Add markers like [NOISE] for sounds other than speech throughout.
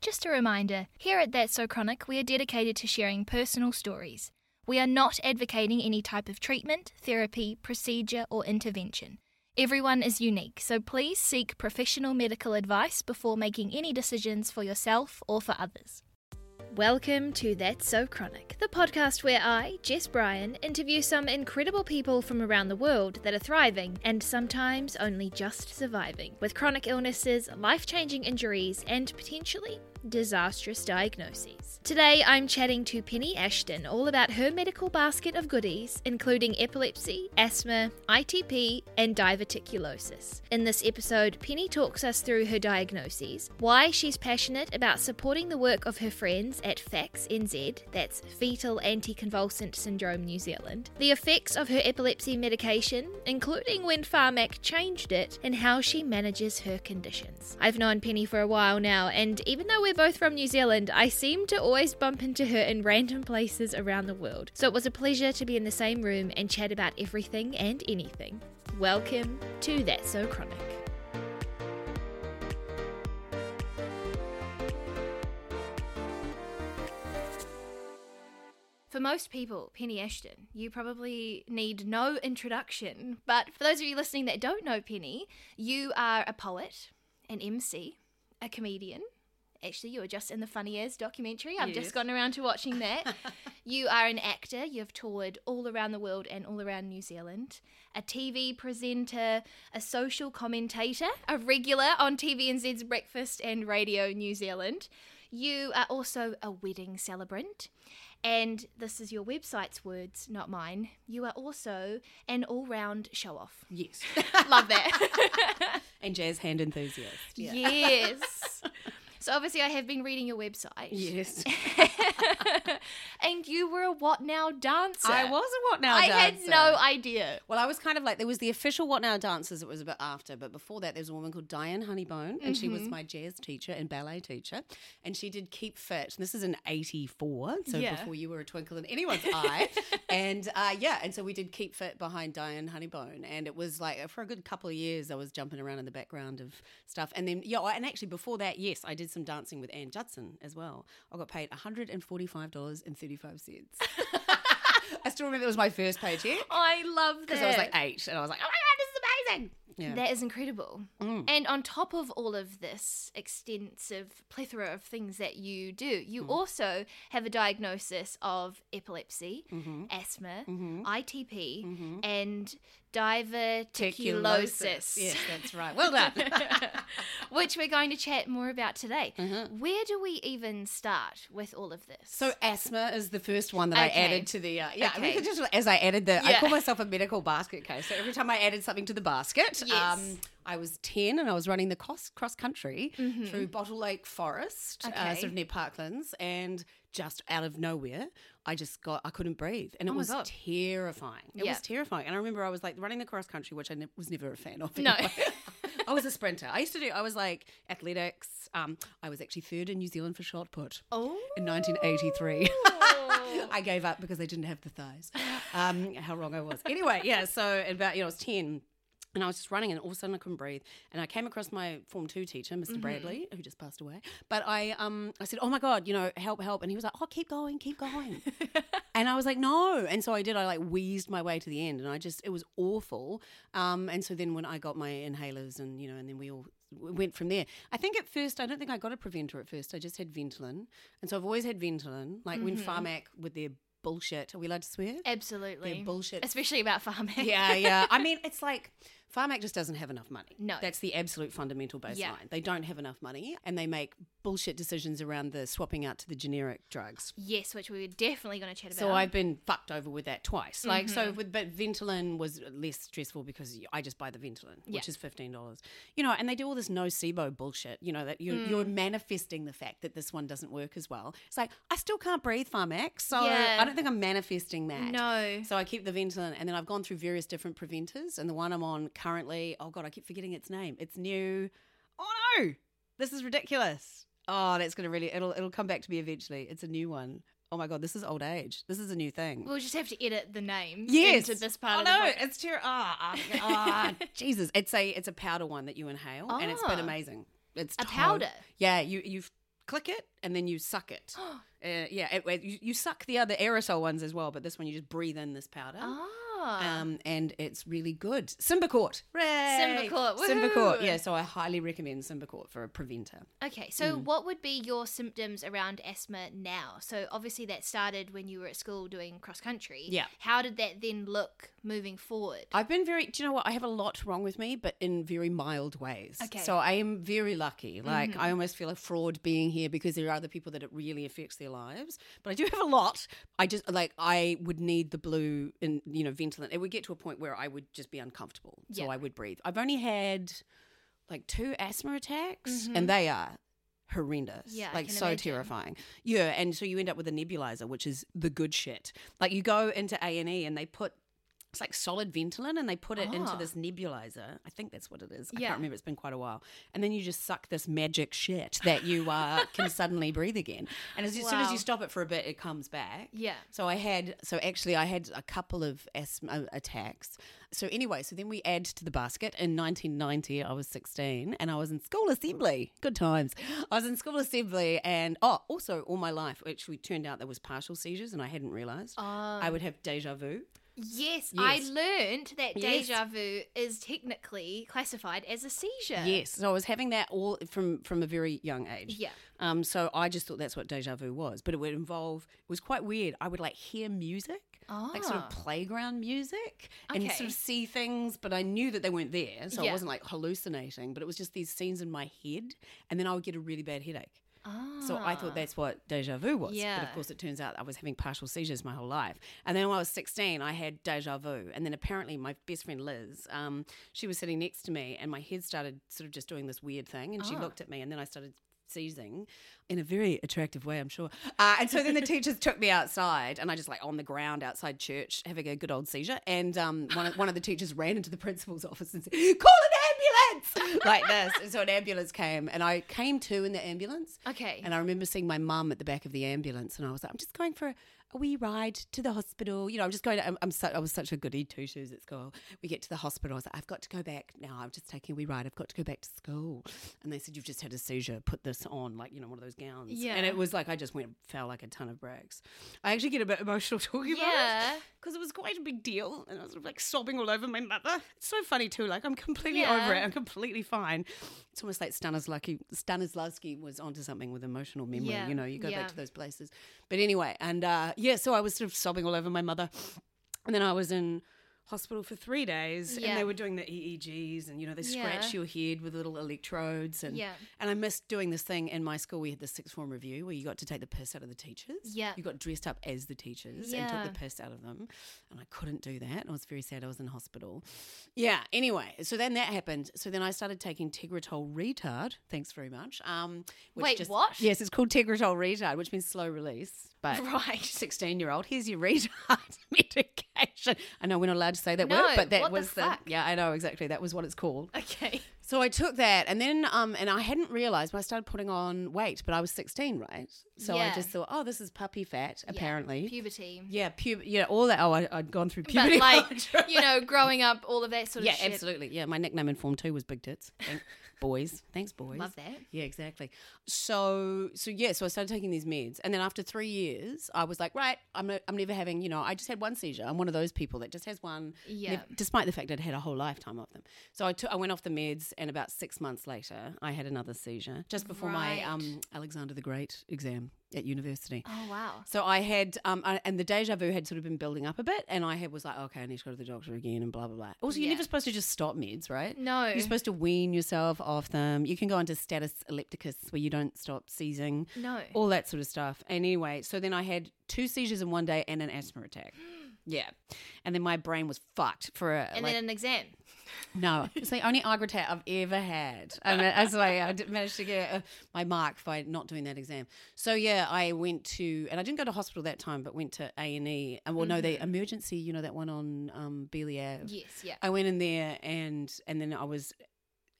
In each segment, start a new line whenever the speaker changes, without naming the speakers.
Just a reminder here at That's So Chronic, we are dedicated to sharing personal stories. We are not advocating any type of treatment, therapy, procedure, or intervention. Everyone is unique, so please seek professional medical advice before making any decisions for yourself or for others. Welcome to That's So Chronic, the podcast where I, Jess Bryan, interview some incredible people from around the world that are thriving and sometimes only just surviving with chronic illnesses, life changing injuries, and potentially disastrous diagnoses. Today I'm chatting to Penny Ashton all about her medical basket of goodies, including epilepsy, asthma, ITP, and diverticulosis. In this episode, Penny talks us through her diagnoses, why she's passionate about supporting the work of her friends at FACS NZ, that's Fetal Anticonvulsant Syndrome New Zealand, the effects of her epilepsy medication, including when Pharmac changed it, and how she manages her conditions. I've known Penny for a while now, and even though we're both from New Zealand, I seem to always bump into her in random places around the world. So it was a pleasure to be in the same room and chat about everything and anything. Welcome to That's So Chronic. For most people, Penny Ashton, you probably need no introduction. But for those of you listening that don't know Penny, you are a poet, an MC, a comedian, actually you were just in the funny as documentary i've
Yes.
just gotten around to watching
[LAUGHS]
that you are an actor you've toured all around the world and all around new zealand a tv presenter a social commentator a regular on tvnz's breakfast and radio new zealand you are also a wedding celebrant and this is your website's words not mine you are also an all-round show-off
Yes.
love that
[LAUGHS] and jazz hand enthusiast. [LAUGHS] Yeah.
Yes. so obviously, I have been reading your website.
Yes.
[LAUGHS] and you were a what now dancer.
I was a What Now
I had
dancer.
no idea.
Well, I was kind of like, there was the official What Now Dancers, it was a bit after, but before that, there was a woman called Diane Honeybone, and she was my jazz teacher and ballet teacher, and she did Keep Fit. And this is in 84, so
Yeah.
before you were a twinkle in anyone's eye. And uh, yeah, and so we did Keep Fit behind Diane Honeybone, and it was like for a good couple of years, I was jumping around in the background of stuff. And then, yeah, oh, and actually before that, yes, I did some dancing with Ann Judson as well. I got paid $145.35. [LAUGHS] I still remember it was my first paycheck.
I love that.
Because I was like eight, and I was like, oh my god, this is amazing. Mm. Yeah.
That is incredible. And on top of all of this extensive plethora of things that you do, you
Mm.
also have a diagnosis of epilepsy,
Mm-hmm.
asthma, ITP, and diverticulosis.
Yes, that's right. Well done.
[LAUGHS] which we're going to chat more about today. Where do we even start with all of this?
Mm-hmm. so asthma is the first one that
Okay.
I added to the uh, yeah.
Okay.
We could just as I added the, I
Yeah.
call myself a medical basket case. So every time I added something to the basket, um,
Yes.
I was ten and I was running the cross cross country through Bottle Lake Forest, uh,
Mm-hmm. Okay.
sort of near Parklands, and just out of nowhere, I just got I couldn't breathe, and it was
Oh God.
terrifying. It
Yeah.
was terrifying, and I remember I was like running the cross country, which I ne- was never a fan of.
No. [LAUGHS]
I was a sprinter. I used to do. I was like athletics. Um, I was actually third in New Zealand for shot put
oh,
in 1983.
Oh.
[LAUGHS] I gave up because they didn't have the thighs. Um, how wrong I was. Anyway, yeah. So about you know I was 10. And I was just running, and all of a sudden I couldn't breathe. And I came across my form two teacher, mister Bradley, who just passed away. But I, um, I said, "Oh my god, you know, help, help!" And he was like, "Oh, keep going, keep going." and I was like, "No!" And so I did. I like wheezed my way to the end, and I just it was awful. Um, and so then when I got my inhalers, and you know, and then we all w- went from there. I think at first, I don't think I got a preventer at first. I just had Ventolin, and so I've always had Ventolin. Like when
Mm-hmm.
Pharmac with their bullshit, are we allowed
[LAUGHS]
to swear?
[LAUGHS] absolutely.
Their bullshit
Especially about farming.
yeah, yeah. I mean, it's like Pharmac just doesn't have enough money.
No.
That's the absolute fundamental baseline.
Yeah.
They don't have enough money and they make bullshit decisions around the swapping out to the generic drugs.
Yes, which we were definitely going to chat about. Mm-hmm.
So I've been fucked over with that twice. Like so, with, but Ventolin was less stressful because I just buy the Ventolin,
Yeah.
which is fifteen dollars. You know, and they do all this nocebo bullshit. You know that you're, you're
Mm.
manifesting the fact that this one doesn't work as well. It's like I still can't breathe, Pharmac. So
Yeah.
I don't think I'm manifesting that.
No.
So I keep the Ventolin, and then I've gone through various different preventers, and the one I'm on currently. Oh god, I keep forgetting its name. It's new. Oh no, this is ridiculous. Oh, that's gonna really it'll it'll come back to me eventually. It's a new one. Oh my god, this is old age. This is a new thing.
We'll just have to edit the name
yes,
into this part
Oh
of the
no,
podcast.
it's too. Ah,
[LAUGHS]
ah, ah, Jesus. It's a it's a powder one that you inhale, and it's been
Ah.
amazing. It's
A
to-
powder?
Yeah, you you've click it and then you
[GASPS]
suck it. uh, yeah, it, it- you, you suck the other aerosol ones as well, but this one you just breathe in this powder.
Ah.
Um, and it's really good. Simbacourt. Hooray!
Symbicort,
Simbacourt.
woohoo!
Yeah, so I highly recommend Simbacourt for a preventer.
okay, so
mm.
what would be your symptoms around asthma now? So obviously that started when you were at school doing cross country.
Yeah.
How did that then look moving forward?
I've been very. Do you know what? I have a lot wrong with me, but in very mild ways.
Okay. Mm-hmm.
So I am very lucky. Like I almost feel a fraud being here because there are other people that it really affects their lives. But I do have a lot. I just like I would need the blue and you know Ventolin. It would get to a point where I would just be uncomfortable.
Yeah.
So I would breathe. I've only had like two asthma attacks, and they are horrendous.
Mm-hmm. Yeah, I
like
can
so
imagine.
terrifying. Yeah, and so you end up with a nebulizer, which is the good shit. Like you go into A and E and they put it's like solid Ventolin, and they put it into
Ah.
this nebulizer. I think that's what it is. I
Yeah.
can't remember. It's been quite a while. And then you just suck this magic shit that
[LAUGHS]
you uh, can suddenly breathe again. And as, as soon as
Wow.
you stop it for a bit, it comes back.
Yeah.
So I had, so actually, I had a couple of asthma uh, attacks. So anyway, so then we add to the basket. In 1990, I was 16 and I was in school assembly. Good times. I was in school assembly and, oh, also all my life, which we turned out there was partial seizures and I hadn't realized.
Ah.
I would have deja vu.
Yes, I
Yes.
learned that
Yes.
deja vu is technically classified as a seizure.
Yes. So I was having that all from, from a very young age.
Yeah.
Um, so I just thought that's what deja vu was, but it would involve. It was quite weird. I would like hear music, like sort
Ah.
of playground music, and
Okay.
sort of see things, but I knew that they weren't there, so
Yeah.
I wasn't like hallucinating. But it was just these scenes in my head, and then I would get a really bad headache. So I
Ah.
thought that's what deja vu was. But
Yeah.
of course, it turns out I was having partial seizures my whole life. And then when I was 16, I had deja vu. And then apparently, my best friend Liz, um, she was sitting next to me, and my head started sort of just doing this weird thing. And she
Ah.
looked at me, and then I started seizing in a very attractive way, I'm sure. Uh, and so then the teachers took me outside, and I just like on the ground outside church having a good old seizure. And um, one, of, one of the teachers ran into the principal's office and said, Call an ambulance! like this. And so an ambulance came, and I came to in the ambulance.
Okay.
And I remember seeing my mum at the back of the ambulance, and I was like, I'm just going for a wee ride to the hospital. You know, I'm just going. To, I'm, I'm su- I was such a goody two shoes at school. We get to the hospital. I was like, I've got to go back now. I'm just taking a wee ride. I've got to go back to school. And they said, You've just had a seizure. Put this on, like you know, one of those gowns.
Yeah.
And it was like I just went fell like a ton of bricks. I actually get a bit emotional [LAUGHS] talking about it
yeah.
because it was quite a big deal, and I was like sobbing all over my mother. It's so funny too. Like I'm completely
Yeah.
over it. I'm completely fine. It's almost like Stanislavski. Stanislavski was onto something with emotional memory.
Yeah,
You know, you go
yeah.
back to those places. But anyway, and uh, yeah, so I was sort of sobbing all over my mother, and then I was in hospital for three days,
Yeah.
and they were doing the EEGs, and you know they scratch
Yeah.
your head with little electrodes, and
Yeah.
and I missed doing this thing in my school. We had the sixth form review where you got to take the piss out of the teachers.
Yeah.
you got dressed up as the teachers and
Yeah.
took the piss out of them. And I couldn't do that. I was very sad. I was in hospital. Yeah. Anyway, so then that happened. So then I started taking Tegretol retard. Thanks very much. Um, which
Wait,
just-
what?
Yes, it's called Tegretol retard, which means slow release. But
[LAUGHS] Right.
16 year old, here's your retard [LAUGHS] medication. I know we're not allowed to say that
No,
word, but that
what the
was
fuck?
Yeah, I know exactly. That was what it's called.
[LAUGHS] Okay.
So I took that, and then um, and I hadn't realized when I started putting on weight, but I was sixteen, right? So
Yeah.
I just thought, oh, this is puppy fat, apparently. Yeah,
Puberty.
pub- yeah, all that. Oh, I, I'd gone through
But
puberty. [LAUGHS]
like, you know, growing up, all of that sort of
yeah,
shit.
absolutely. Yeah, my nickname in form two was Big Tits. Thank- [LAUGHS] boys, thanks, boys.
Love that.
Yeah, exactly. So, so yeah, so I started taking these meds, and then after three years, I was like, right, I'm, no, I'm never having. You know, I just had one seizure. I'm one of those people that just has one.
Yeah.
nev- despite the fact I'd had a whole lifetime of them, so I took, I went off the meds, and about six months later, I had another seizure just before
Right.
my um, Alexander the Great exam at university.
Oh wow.
So I had, um, I, and the deja vu had sort of been building up a bit, and I had was like, okay, I need to go to the doctor again, and blah blah blah. Also, you're
Yeah.
never supposed to just stop meds, right?
No.
You're supposed to wean yourself off them. You can go into status epilepticus where you don't stop seizing,
no.
all that sort of stuff. Anyway, so then I had two seizures in one day and an asthma
[GASPS]
attack. yeah, and then my brain was fucked for a,
and
like,
then an exam.
no, it's the only agritat I've ever had. I mean, that's why I did- managed to get uh, my mark by not doing that exam. So yeah, I went to, and I didn't go to hospital that time, but went to A and E. And well, no,
Mm-hmm.
the emergency, you know, that one on um, Bailey Ave.
Yes. Yeah.
I went in there, and and then I was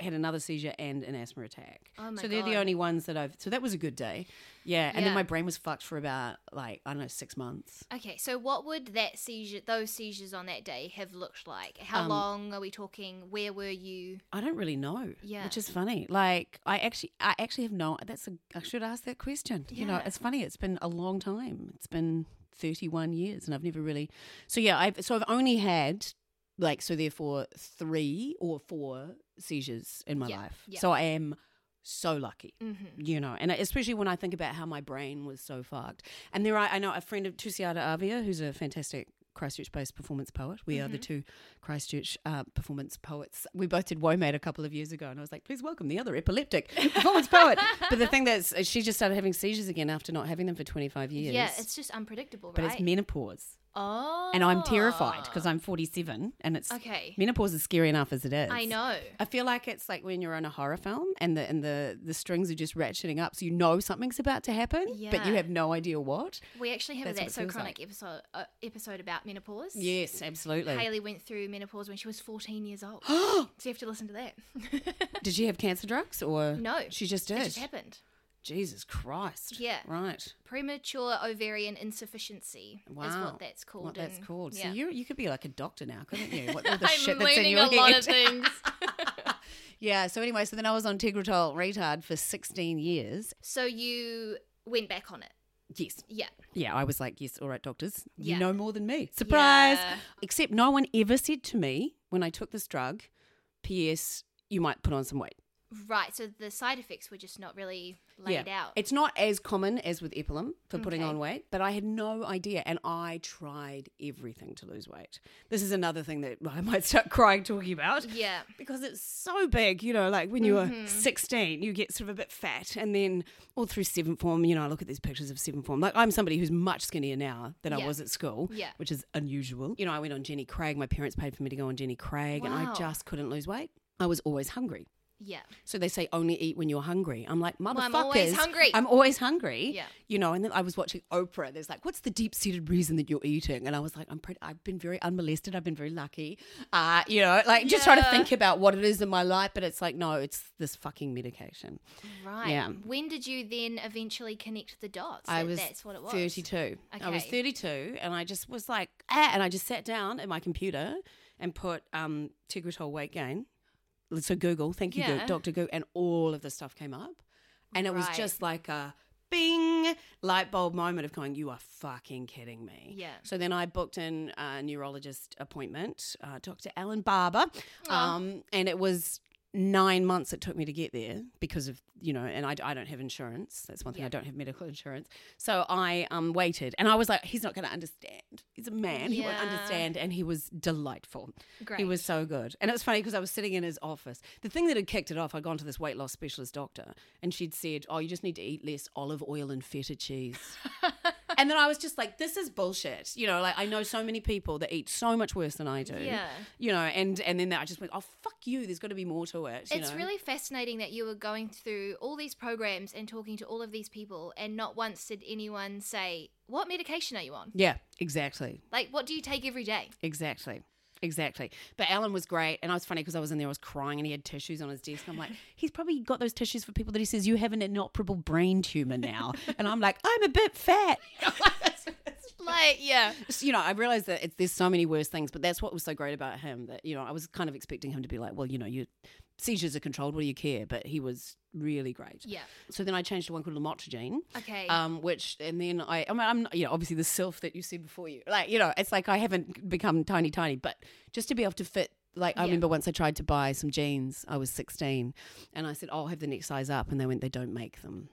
had another seizure and an asthma attack.
Oh my
so they're the
God.
only ones that I've. So that was a good day. Yeah. And
Yeah.
then my brain was fucked for about like I don't know six months.
Okay, so what would that seizure, those seizures on that day, have looked like? How
Um,
long are we talking? Where were you?
I don't really know.
Yeah.
Which is funny. Like I actually, I actually have no. That's a. I should ask that question. You know,
Yeah.
it's funny. It's been a long time. It's been thirty-one years, and I've never really. So yeah, I've so I've only had like so therefore three or four seizures in my
Yeah,
life.
yeah.
So I am so lucky.
Mm-hmm.
you know, and especially when I think about how my brain was so fucked. And there, I, I know a friend of Tusiata Avia, who's a fantastic Christchurch-based performance poet. We
Mm-hmm.
are the two Christchurch uh, performance poets. We both did Womate a couple of years ago, and I was like, please welcome the
[LAUGHS]
other epileptic performance poet. But the thing that's, she just started having seizures again after not having them for 25 years.
Yeah, it's just unpredictable,
but
right?
it's menopause,
oh,
and I'm terrified because I'm 47, and it's
okay.
menopause is scary enough as it is.
I know.
I feel like it's like when you're on a horror film and the and the the strings are just ratcheting up, so you know something's about to happen, but you
Yeah.
have no idea what.
We actually have a
That's what
that
it
so
feels
chronic
like.
episode uh, episode about menopause.
Yes, absolutely.
Haley went through menopause when she was 14 years
[GASPS]
old. so you have to listen to that. [LAUGHS]
did she have cancer drugs or
No,
She just
it
did.
just happened.
Jesus Christ.
Yeah.
Right.
Premature ovarian insufficiency is
Wow.
what that's called.
What that's
and-
called.
yeah.
So you you could be like a doctor now, couldn't you?
[LAUGHS]
What all the
I'm
shit that's in
learning
your
a lot
head. [LAUGHS]
of things.
yeah. So anyway, so then I was on Tegretol retard for 16 years.
so you went back on it.
Yes.
Yeah.
Yeah, I was like, yes, all right, doctors,
Yeah.
you know more than me. Surprise!
Yeah.
Except no one ever said to me when I took this drug, P.S., you might put on some weight.
Right. So the side effects were just not really laid out.
It's not as common as with Epilim for putting
Okay.
on weight, but I had no idea. And I tried everything to lose weight. This is another thing that I [LAUGHS] might start crying talking about.
yeah.
because it's so big, you know, like when you
Mm-hmm.
were 16, you get sort of a bit fat. And then all through seventh form, you know, I look at these pictures of seventh form. Like I'm somebody who's much skinnier now than
Yeah.
I was at school,
Yeah.
which is unusual. You know, I went on Jenny Craig. My parents paid for me to go on Jenny Craig, and
Wow.
I just couldn't lose weight. I was always hungry.
Yeah.
So they say only eat when you're hungry. I'm like, motherfuckers.
I'm always hungry."
I'm always hungry.
Yeah.
You know, and then I was watching Oprah. There's like, what's the deep seated reason that you're eating? And I was like, I'm pretty, I've been very unmolested. I've been very lucky. Uh, you know, like just trying to
Yeah.
think about what it is in my life. But it's like, no, it's this fucking medication.
Right.
Yeah.
When did you then eventually connect the dots?
I
that
was
that's what it was.
32. I was
Okay.
32 and I just was like, ah, and I just sat down at my computer and put um, Tegretol weight gain. So Google, thank you, Goo-
Yeah.
Dr. Goo, and all of the stuff came up. And it was
Right.
just like a bing light bulb moment of going, you are fucking kidding me.
Yeah.
So then I booked in a neurologist appointment, uh, Dr. Alan Barber. Um, and it was nine months it took me to get there because of, you know, and I, I don't have insurance. That's one thing. I don't have medical insurance. So I um, waited and I was like, he's not going to understand. He's a man. He won't
Yeah.
understand. And he was delightful.
Great.
He was so good. And it was funny because I was sitting in his office. The thing that had kicked it off, I'd gone to this weight loss specialist doctor and she'd said, Oh, you just need to eat less olive oil and feta cheese.
[LAUGHS]
and then I was just like, This is bullshit. You know, like I know so many people that eat so much worse than I do.
Yeah.
You know, and and then I just went, Oh, fuck you. There's got to be more to it. you
It's
know?
really fascinating that you were going through all these programs and talking to all of these people, and not once did anyone say, What medication are you on?
Yeah, exactly.
Like, what do you take every
[LAUGHS]
day?
Exactly. Exactly. But Alan was great. And I was funny because I was in there, I was crying, and he had tissues on his desk. I'm like, [LAUGHS] he's probably got those tissues for people that he says, you have an inoperable brain tumor now. And I'm like, I'm a bit fat.
Like, yeah.
So, you know, I realized that it's, there's so many worse things, but that's what was so great about him that, you know, I was kind of expecting him to be like, well, you know, your seizures are controlled. What do you care? But he was really great.
Yeah.
So then I changed to one called Lamotrigine.
Okay.
Um, which and then I, I mean, I'm not- you know obviously the self that you see before you, like you know, it's like I haven't become tiny, tiny, but just to be able to fit. Like I
Yeah.
remember once I tried to buy some jeans. I was 16, and I said, oh, "I'll have the next size up," and they went, "They don't make them."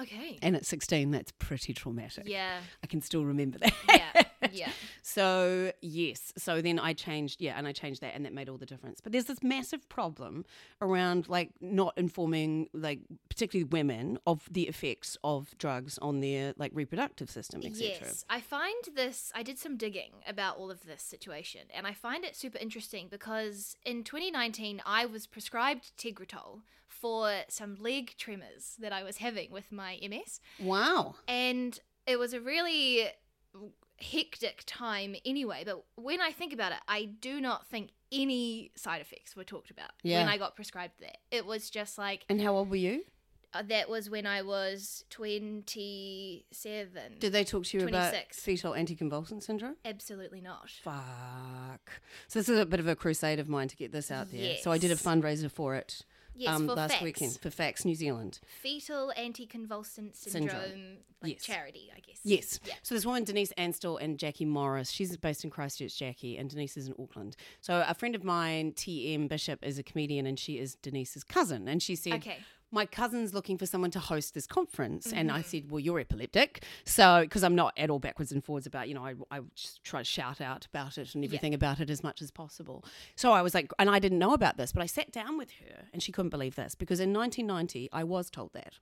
okay.
And at 16, that's pretty traumatic.
Yeah.
[LAUGHS] I can still remember that.
[LAUGHS] Yeah. Yeah.
[LAUGHS] So yes, so then I changed, yeah, and I changed that, and that made all the difference. But there's this massive problem around like not informing, like particularly women, of the effects of drugs on their like reproductive system, etc.
Yes, I find this. I did some digging about all of this situation, and I find it super interesting because in 2019 I was prescribed Tegretol for some leg tremors that I was having with my MS,
Wow.
and it was a really hectic time anyway. But when I think about it, I do not think any side effects were talked about
Yeah.
when I got prescribed that. It was just like
And how old were you?
uh, that was when I was 27.
Did they talk to you about
26.
fetal anticonvulsant syndrome?
Absolutely not.
Fuck. So this is a bit of a crusade of mine to get this out there. So I did a
Yes.
fundraiser for it
Yes,
um,
for
last
facts.
weekend for Facts New Zealand.
Fetal anticonvulsant syndrome,
Syndrome.
like
Yes.
charity, I guess.
Yes.
Yeah.
So this woman, Denise Anstall and Jackie Morris, she's based in Christchurch, Jackie, and Denise is in Auckland. So a friend of mine, TM Bishop, is a comedian and she is Denise's cousin. And she said,
Okay.
My cousin's looking for someone to host this conference. And
Mm-hmm.
I said, Well, you're epileptic. So, because I'm not at all backwards and forwards about, you know, I, I just try to shout out about it and everything about it as much as possible. So I was like, And I didn't know about this, but I sat down with her and she couldn't believe this because in 1990, I was told that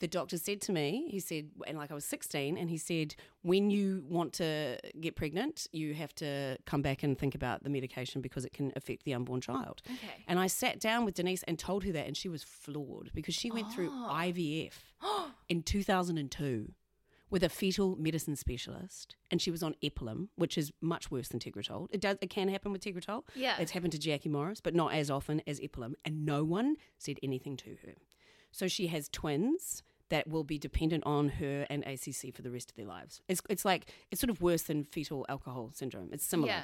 the doctor said to me, he said, and like I was 16, and he said, when you want to get pregnant, you have to come back and think about the medication because it can affect the unborn child.
Okay.
[GASPS]
[GASPS]
And I sat down with Denise and told her that, and she was floored because she went through IVF in 2002 with a fetal medicine specialist, and she was on Epilim, which is much worse than Tegretol. It does, it can happen with Tegretol.
Yeah.
it's happened to Jackie Morris, but not as often as Epilim, and no one said anything to her. So she has twins that will be dependent on her and ACC for the rest of their lives. It's it's like it's sort of worse than fetal alcohol syndrome. It's similar.
Yeah.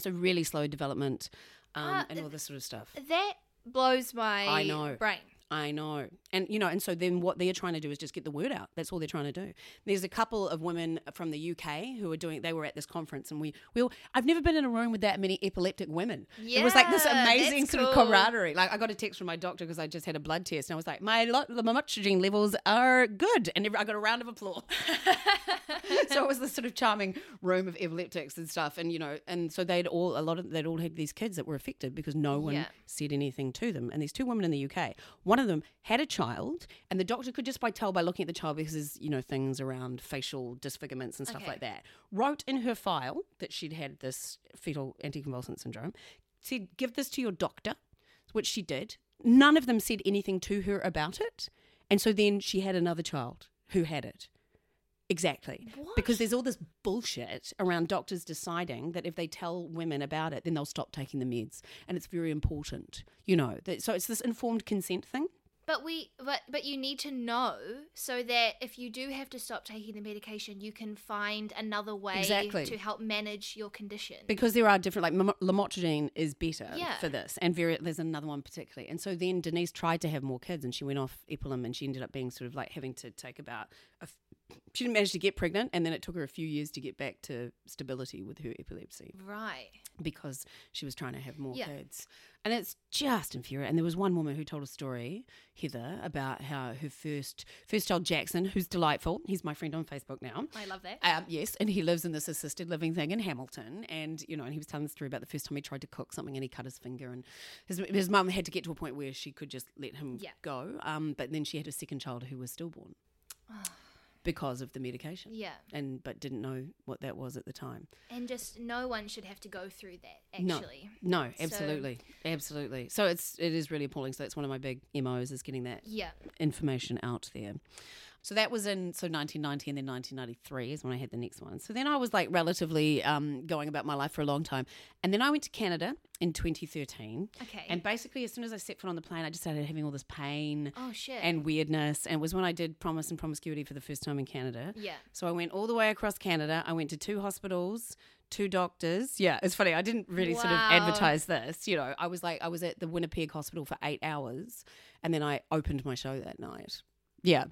So really slow development um,
Ah,
and all this sort of stuff.
That blows my
I know.
brain.
I know. And you know, and so then what they're trying to do is just get the word out. That's all they're trying to do. There's a couple of women from the UK who are doing they were at this conference and we we all, I've never been in a room with that many epileptic women. it was like this
Yeah,
amazing
that's
sort of
cool.
camaraderie. Like I got a text from my doctor because I just had a blood test and I was like, my lo- my lamotrigine levels are good and every- I got a round of applause. [LAUGHS] so it was this sort of charming room of epileptics and stuff and you know and so they'd all a lot of they'd all had these kids that were affected because no one
Yeah.
said anything to them and there's two women in the uk one of them had a child and the doctor could just by tell by looking at the child because there's you know things around facial disfigurements and stuff
Okay.
like that wrote in her file that she'd had this fetal anticonvulsant syndrome said give this to your doctor which she did none of them said anything to her about it and so then she had another child who had it Exactly. Because there's all this bullshit around doctors deciding that if they tell women about it, then they'll stop taking the meds. And it's very important, you know. That, so it's this informed consent thing.
But we but but you need to know so that if you do have to stop taking the medication, you can find another way
Exactly.
to help manage your condition.
Because there are different, like mim- lamotrigine is better
Yeah.
for this, and very, there's another one particularly. And so then Denise tried to have more kids, and she went off epilim, and she ended up being sort of like having to take about. A f- she didn't manage to get pregnant, and then it took her a few years to get back to stability with her epilepsy.
right.
because she was trying to have more
Yeah.
kids. And it's just infuriating. And there was one woman who told a story, Heather, about how her first first child Jackson, who's delightful, he's my friend on Facebook now.
I love that.
Um, yes, and he lives in this assisted living thing in Hamilton, and you know, and he was telling the story about the first time he tried to cook something and he cut his finger, and his his mum had to get to a point where she could just let him
Yeah.
go. Um, but then she had a second child who was stillborn because of the medication,
Ah. yeah.
and but didn't know what that was at the time.
And just no one should have to go through that
No.
actually.
No,
So-
absolutely, absolutely. So it's it is really appalling. So that's one of my big MOs is getting that
Yeah.
information out there. So that was in so 1990 and then 1993 is when I had the next one. So then I was like relatively um, going about my life for a long time, and then I went to Canada in 2013.
Okay.
And basically, as soon as I set foot on the plane, I just started having all this pain
oh shit.
and weirdness. And it was when I did Promise and Promiscuity for the first time in Canada.
yeah.
So I went all the way across Canada. I went to two hospitals, two doctors. Yeah, it's funny. I didn't really sort of
Wow.
advertise this. You know, I was like, I was at the Winnipeg hospital for eight hours and then I opened my show that night. Yeah.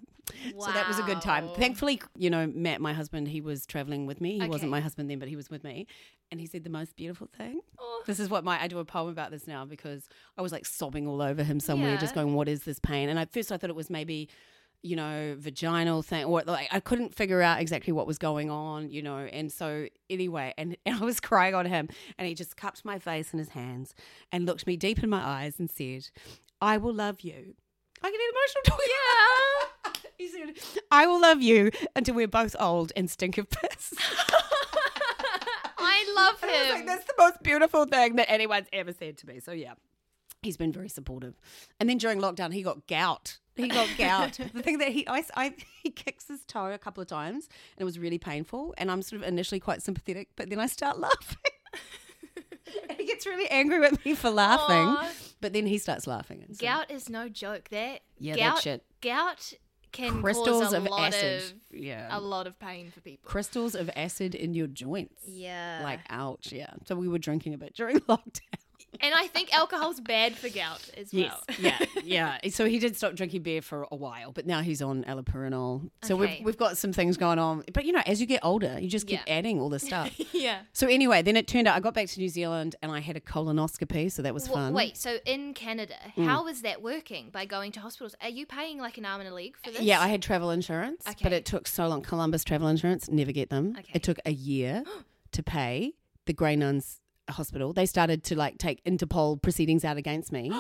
So that was a good time.
Wow.
Thankfully, you know, Matt, my husband, he was traveling with me. He
Okay.
wasn't my husband then, but he was with me. And he said the most beautiful thing.
Oh.
This is what my, I do a poem about this now because I was like sobbing all over him somewhere,
Yeah.
just going, what is this pain? And at first I thought it was maybe, you know, vaginal thing or like I couldn't figure out exactly what was going on, you know. And so anyway, and, [LAUGHS] and I was crying on him and he just cupped my face in his hands and looked me deep in my eyes and said, I will love you. I get emotional talking. Yeah. he said, [LAUGHS] I will love you until we're both old and stink of piss.
I love
And [LAUGHS] I was
him.
like, that's the most beautiful thing that anyone's ever said to me. So yeah, he's been very supportive. And then during lockdown, he got gout. He got gout. [LAUGHS] the thing that he I, I- he kicks his toe a couple of times, [LAUGHS] and it was really painful. And I'm sort of initially quite sympathetic, but then I start laughing. he gets really angry with me for laughing,
Aw.
but then he starts laughing. and so-
Gout is no joke. That
Yeah,
gout,
that shit.
Gout can
Crystals
cause a
of
lot
acid.
of
yeah.
a lot of pain for people.
Crystals of acid in your joints.
yeah.
Like, ouch. Yeah. So we were drinking a bit during [LAUGHS] lockdown.
and I think alcohol's bad for gout as well. [LAUGHS]
yeah. Yeah. So he did stop drinking beer for a while, but now he's on allopurinol. So
Okay.
we've, we've got some things going on. But, you know, as you get older, you just keep
Yeah.
adding all this
[LAUGHS]
stuff.
yeah.
so anyway, then it turned out I got back to New Zealand and I had a colonoscopy. So that was
Wha-
fun. Mm.
Wait, so in Canada, how is that working by going to hospitals? Are you paying like an arm and a leg for this?
Yeah, I had travel insurance, but
Okay.
it took so long. Columbus travel insurance, never get them.
Okay.
It took
[GASPS]
a year to pay the Grey Nuns Hospital. They started to like take Interpol proceedings out
[GASPS]
against me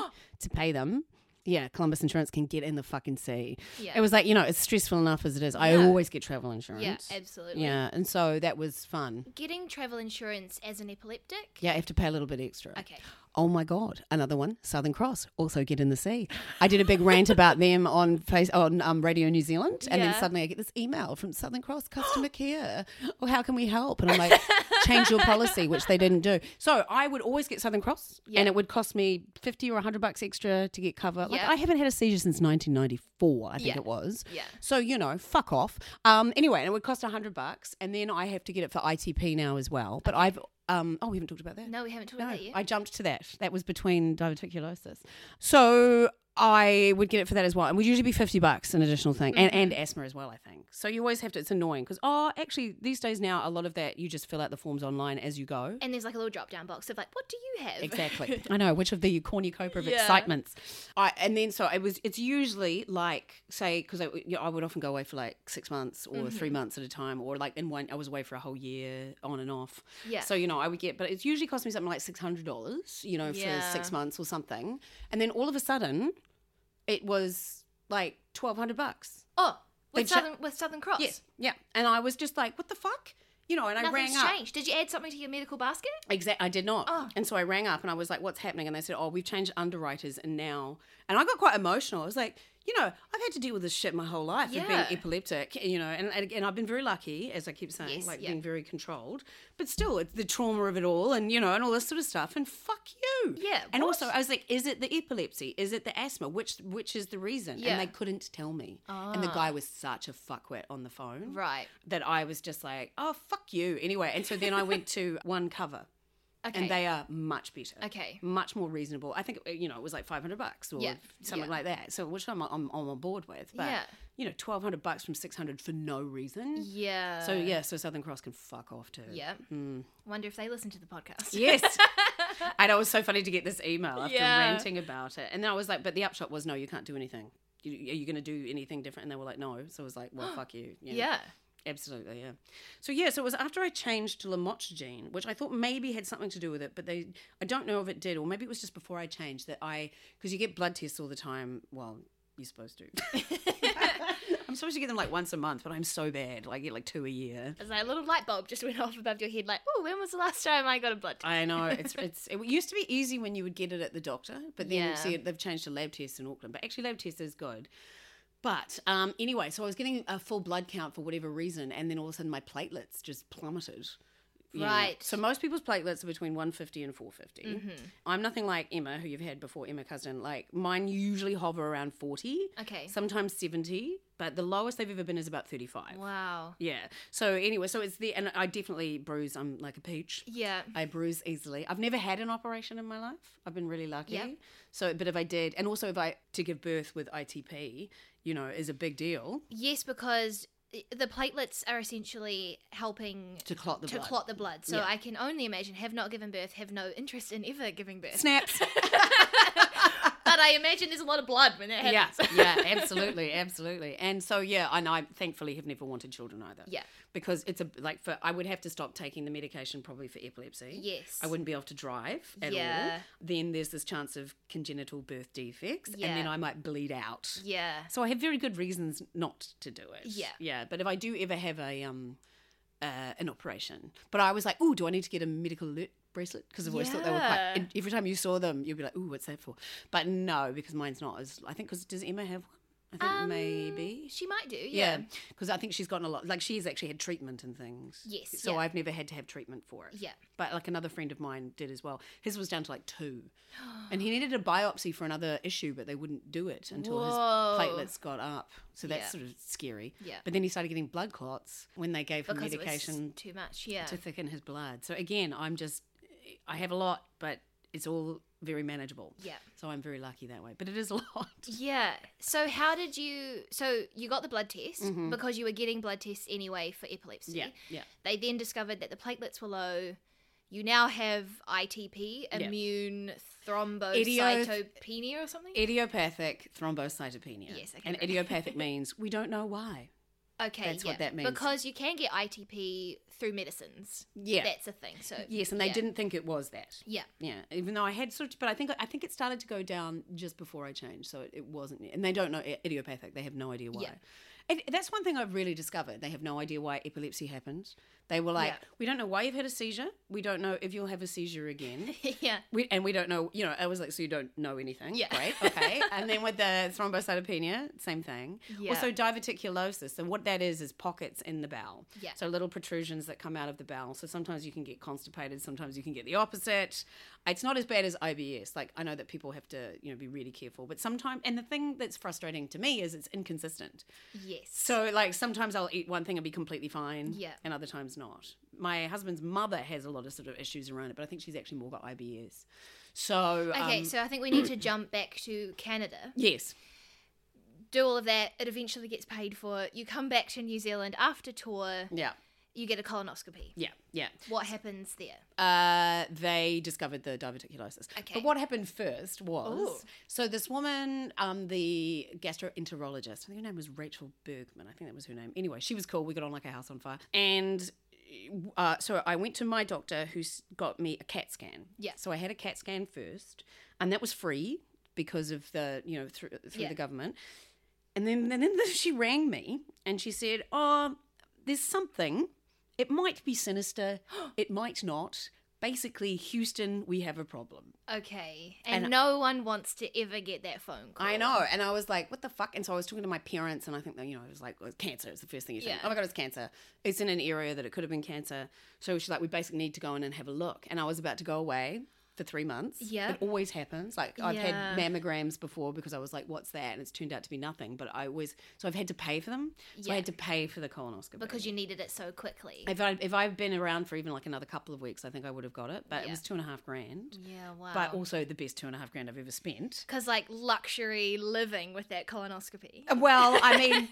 to pay them. Yeah, Columbus Insurance can get in the fucking sea.
Yeah.
It was like, you know, it's stressful enough as it is. I
Yeah.
always get travel insurance.
yeah, absolutely.
Yeah, and so that was fun.
Getting travel insurance as an epileptic?
Yeah, I have to pay a little bit extra.
Okay.
Oh my God, another one, Southern Cross, also get in the sea. I did a big rant about them on face on um, Radio New Zealand, and
Yeah.
then suddenly I get this email from Southern Cross customer care. Oh, how can we help? And
[LAUGHS]
I'm like, change your policy, which they didn't do. So I would always get Southern Cross,
Yeah.
and it would cost me fifty or hundred bucks extra to get cover. Like
Yeah.
I haven't had a seizure since 1994, I think
Yeah.
it was.
Yeah.
So you know, fuck off. Um, anyway, and it would cost hundred bucks, and then I have to get it for ITP now as well. But I've um, oh, we haven't talked about that.
No, we haven't talked
No,
about that yet.
I jumped to that. That was between diverticulosis. So I would get it for that as well. And would usually be 50 bucks, an additional thing, and, and
Mm-hmm.
asthma as well, I think. So you always have to, it's annoying because, oh, actually, these days now, a lot of that, you just fill out the forms online as you go.
and there's like a little drop down box of like, what do you have?
Exactly. I know which of the cornucopia of
Yeah.
excitements. I and then so it was. It's usually like say because I, you know, I would often go away for like six months or three
Mm-hmm.
months at a time, or like in one I was away for a whole year on and off.
Yeah.
So you know I would get, but it's usually cost me something like six hundred dollars, you know, for
Yeah.
six months or something, and then all of a sudden, it was like twelve hundred bucks.
[LAUGHS] oh, with
They've shut-
Southern, with Southern Cross.
Yes. Yeah. And I was just like, what the fuck. You know, and I
Nothing's
rang up.
changed. Did you add something to your medical basket?
Exactly. I did not.
Oh.
And so I rang up and I was like, what's happening? And they said, oh, we've changed underwriters. And now, and I got quite emotional. I was like, you know, I've had to deal with this shit my whole life of
Yeah.
being epileptic, you know, and, and, and I've been very lucky, as I keep saying,
Yes,
like
yeah.
being very controlled. But still, it's the trauma of it all and, you know, and all this sort of stuff. And fuck you.
Yeah,
And
what?
also, I was like, is it the epilepsy? Is it the asthma? Which which is the reason?
Yeah.
And they couldn't tell me. And the
Ah.
guy was such a fuckwit on the phone
Right.
that I was just like, oh, fuck you. Anyway. And so then I went to one cover
Okay.
and they are much better.
Okay.
Much more reasonable. I think you know it was like five hundred bucks or
Yeah,
something
yeah.
like that. So which I'm I'm, I'm on board with. But
Yeah.
you know, twelve hundred bucks from six hundred for no reason.
yeah.
So yeah, Hmm. so Southern Cross can fuck off too.
Yeah. Wonder if they listen to the podcast.
Yes. and it was so funny to get this email after
Yeah.
ranting about it. And then I was like, but the upshot was no, you can't do anything. You, are you going to do anything different? And they were like, no. So I was like,
[GASPS]
well, fuck you. you
[LAUGHS]
know.
Yeah.
Absolutely, yeah. So yeah, so it was after I changed to lamotrigine, which I thought maybe had something to do with it, but they I don't know if it did, or maybe it was just before I changed that I because you get blood tests all the time. Well, you're supposed to. [LAUGHS] I'm supposed to get them like once a month, but I'm so bad. I get like two a year.
It's like a little light bulb just went off above your head, like, oh, when was the last time I got a blood test?
I know
[LAUGHS]
it's it's it used to be easy when you would get it at the doctor, but then
Yeah.
see they've changed to lab test in Auckland. But actually, lab test is good. But um, anyway, so I was getting a full blood count for whatever reason, and then all of a sudden my platelets just plummeted. Yeah.
Right. Mm-hmm.
So most people's platelets are between 150 and 450. I'm nothing like Emma, who you've had before, Emma Cousin. Like mine usually hover around 40,
Okay.
sometimes 70, but the lowest they've ever been is about 35.
Wow.
Yeah. So anyway, so it's the and I definitely bruise. I'm like a peach.
Yeah.
I bruise easily. I've never had an operation in my life. I've been really lucky.
Yep.
So, but if I did, and also if I to give birth with ITP, you know, is a big deal
Yes, because i- the platelets are essentially helping
to clot the
to
blood.
clot the blood. So
Yeah.
I can only imagine have not given birth, have no interest in ever giving birth.
[LAUGHS] Snaps.
[LAUGHS] but I imagine there's a lot of blood when it
yeah,
happens. [LAUGHS]
yeah, absolutely, absolutely. And so, yeah, and I thankfully have never wanted children either.
Yeah.
because it's a like for I would have to stop taking the medication probably for epilepsy.
Yes.
I wouldn't be able to drive at all.
Yeah.
Then there's this chance of congenital birth defects, and
Yeah.
then I might bleed out.
Yeah.
So I have very good reasons not to do it.
Yeah.
Yeah. But if I do ever have a um uh, an operation, but I was like, oh, do I need to get a medical alert bracelet? Because I've always thought they were quite.
Yeah.
and Every time you saw them, you'd be like, oh, what's that for? But no, because mine's not as. I think because does Emma have one? I think
Um,
maybe.
She might do. Yeah.
yeah, because I think she's gotten a lot. Like she's actually had treatment and things.
Yes,
So
yeah.
I've never had to have treatment for it.
Yeah.
But like another friend of mine did as well. His was down to like two, and he needed a biopsy for another issue, but they wouldn't do it until
Whoa.
his platelets got up. So that's
Yeah.
sort of scary.
Yeah.
But then he started getting blood clots when they gave him
Because it
medication
was too much. Yeah.
to thicken his blood. So again, I'm just, I have a lot, but it's all very manageable.
Yeah.
So I'm very lucky that way. But it is a lot.
Yeah. So how did you? So you got the blood test because you were getting blood tests anyway for epilepsy.
Mm-hmm. Yeah. Yeah.
They then discovered that the platelets were low. You now have ITP,
Yeah.
immune
Idio-
thrombocytopenia or something.
Idiopathic thrombocytopenia.
Yes, okay,
And
great. [LAUGHS]
idiopathic means we don't know why.
okay,
that's what
yeah.
that means.
Because you can get ITP through medicines.
Yeah.
That's a thing. So
yes, and they
yeah.
didn't think it was that.
Yeah. [LAUGHS]
Yeah, even though I had sort of, but I think I think it started to go down just before I changed, so it, it wasn't. And they don't know i- idiopathic; they have no idea why.
Yeah.
And that's one thing I've really discovered: they have no idea why epilepsy happens. They were like,
Yeah.
"We don't know why you've had a seizure. We don't know if you'll have a seizure
[LAUGHS]
again."
yeah.
We, and we don't know, you know, I was like, so you don't know anything.
Yeah. [LAUGHS]
Great. Okay. and then with the thrombocytopenia, same thing.
Yeah.
Also, diverticulosis. So, what that is, is pockets in the bowel.
Yeah.
So, little protrusions that come out of the bowel. So, sometimes you can get constipated, sometimes you can get the opposite. It's not as bad as IBS. Like, I know that people have to, you know, be really careful, but sometimes, and the thing that's frustrating to me is it's inconsistent.
Yes.
So like sometimes I'll eat one thing and be completely fine.
Yeah.
And other times not. My husband's mother has a lot of sort of issues around it, but I think she's actually more got IBS. So
Okay,
um,
so I think we need to [CLEARS THROAT] jump back to Canada.
yes.
Do all of that. It eventually gets paid for. You come back to New Zealand after tour.
Yeah.
You get a colonoscopy.
Yeah. Yeah.
What happens there?
Uh, they discovered the diverticulosis.
Okay.
But what happened first was
Ooh.
so this woman, um, the gastroenterologist, I think her name was Rachel Bergman. I think that was her name. Anyway, she was cool. We got on like a house on fire. And uh, so I went to my doctor who's got me a CAT scan.
Yeah.
So I had a CAT scan first, and that was free because of the you know through, through
Yeah.
the government. And then and then [LAUGHS] she rang me and she said, "Oh, there's something. It might be sinister. [GASPS] It might not. Basically, Houston, we have a problem."
Okay. And,
And-
no one wants to ever get that phone call.
I know. And I was like, what the fuck? And so I was talking to my parents, and I think, that, you know, it was like, well, cancer is the first thing you think.
Yeah.
Oh my God, it's cancer. It's in an area that it could have been cancer. So she's like, we basically need to go in and have a look. And I was about to go away for three months.
Yep.
It always happens. Like, I've had
Yeah.
mammograms before because I was like, what's that? And it's turned out to be nothing. But I always, so I've had to pay for them. So
Yeah.
I had to pay for the colonoscopy.
Because you needed it so quickly.
If, I, if I've been around for even like another couple of weeks, I think I would have got it. But
Yeah.
it was two and a half grand.
yeah, wow.
But also the best two and a half grand I've ever spent.
Because, like, luxury living with that colonoscopy.
Well,
[LAUGHS]
I mean,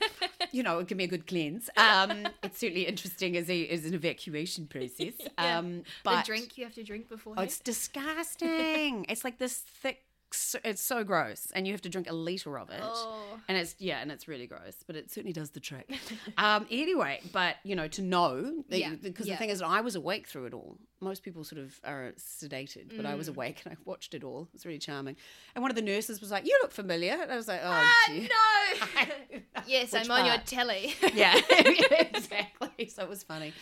you know, give me a good cleanse. Um, it's certainly interesting as a as an evacuation process.
[LAUGHS] Yeah.
Um, but
the drink you have to drink before.
oh,
[LAUGHS]
it's disgusting. it's like this thick. s- It's so gross, and you have to drink a liter of it.
Oh.
And it's yeah, and it's really gross, but it certainly does the
[LAUGHS]
trick. um, anyway, but you know, to know that
Yeah,
because
yeah.
the thing is, I was awake through it all. Most people sort of are sedated, but I was
Mm.
awake and I watched it all. It was really charming. And one of the nurses was like, "You look familiar," and I was like, "Oh,
Ah,
gee."
no!
[LAUGHS]
yes,
Which
I'm on your
part?
telly. [LAUGHS]
[LAUGHS] yeah, exactly. So it was funny.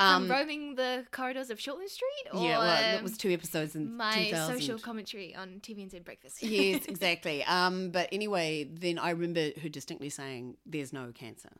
Um,
From roaming the corridors of Shortland Street? Or um,
yeah, well, it was two episodes in
my
2000. [LAUGHS]
social commentary on TVNZ Breakfast. [LAUGHS]
yes, exactly. Um, but anyway, then I remember her distinctly saying, "There's no cancer."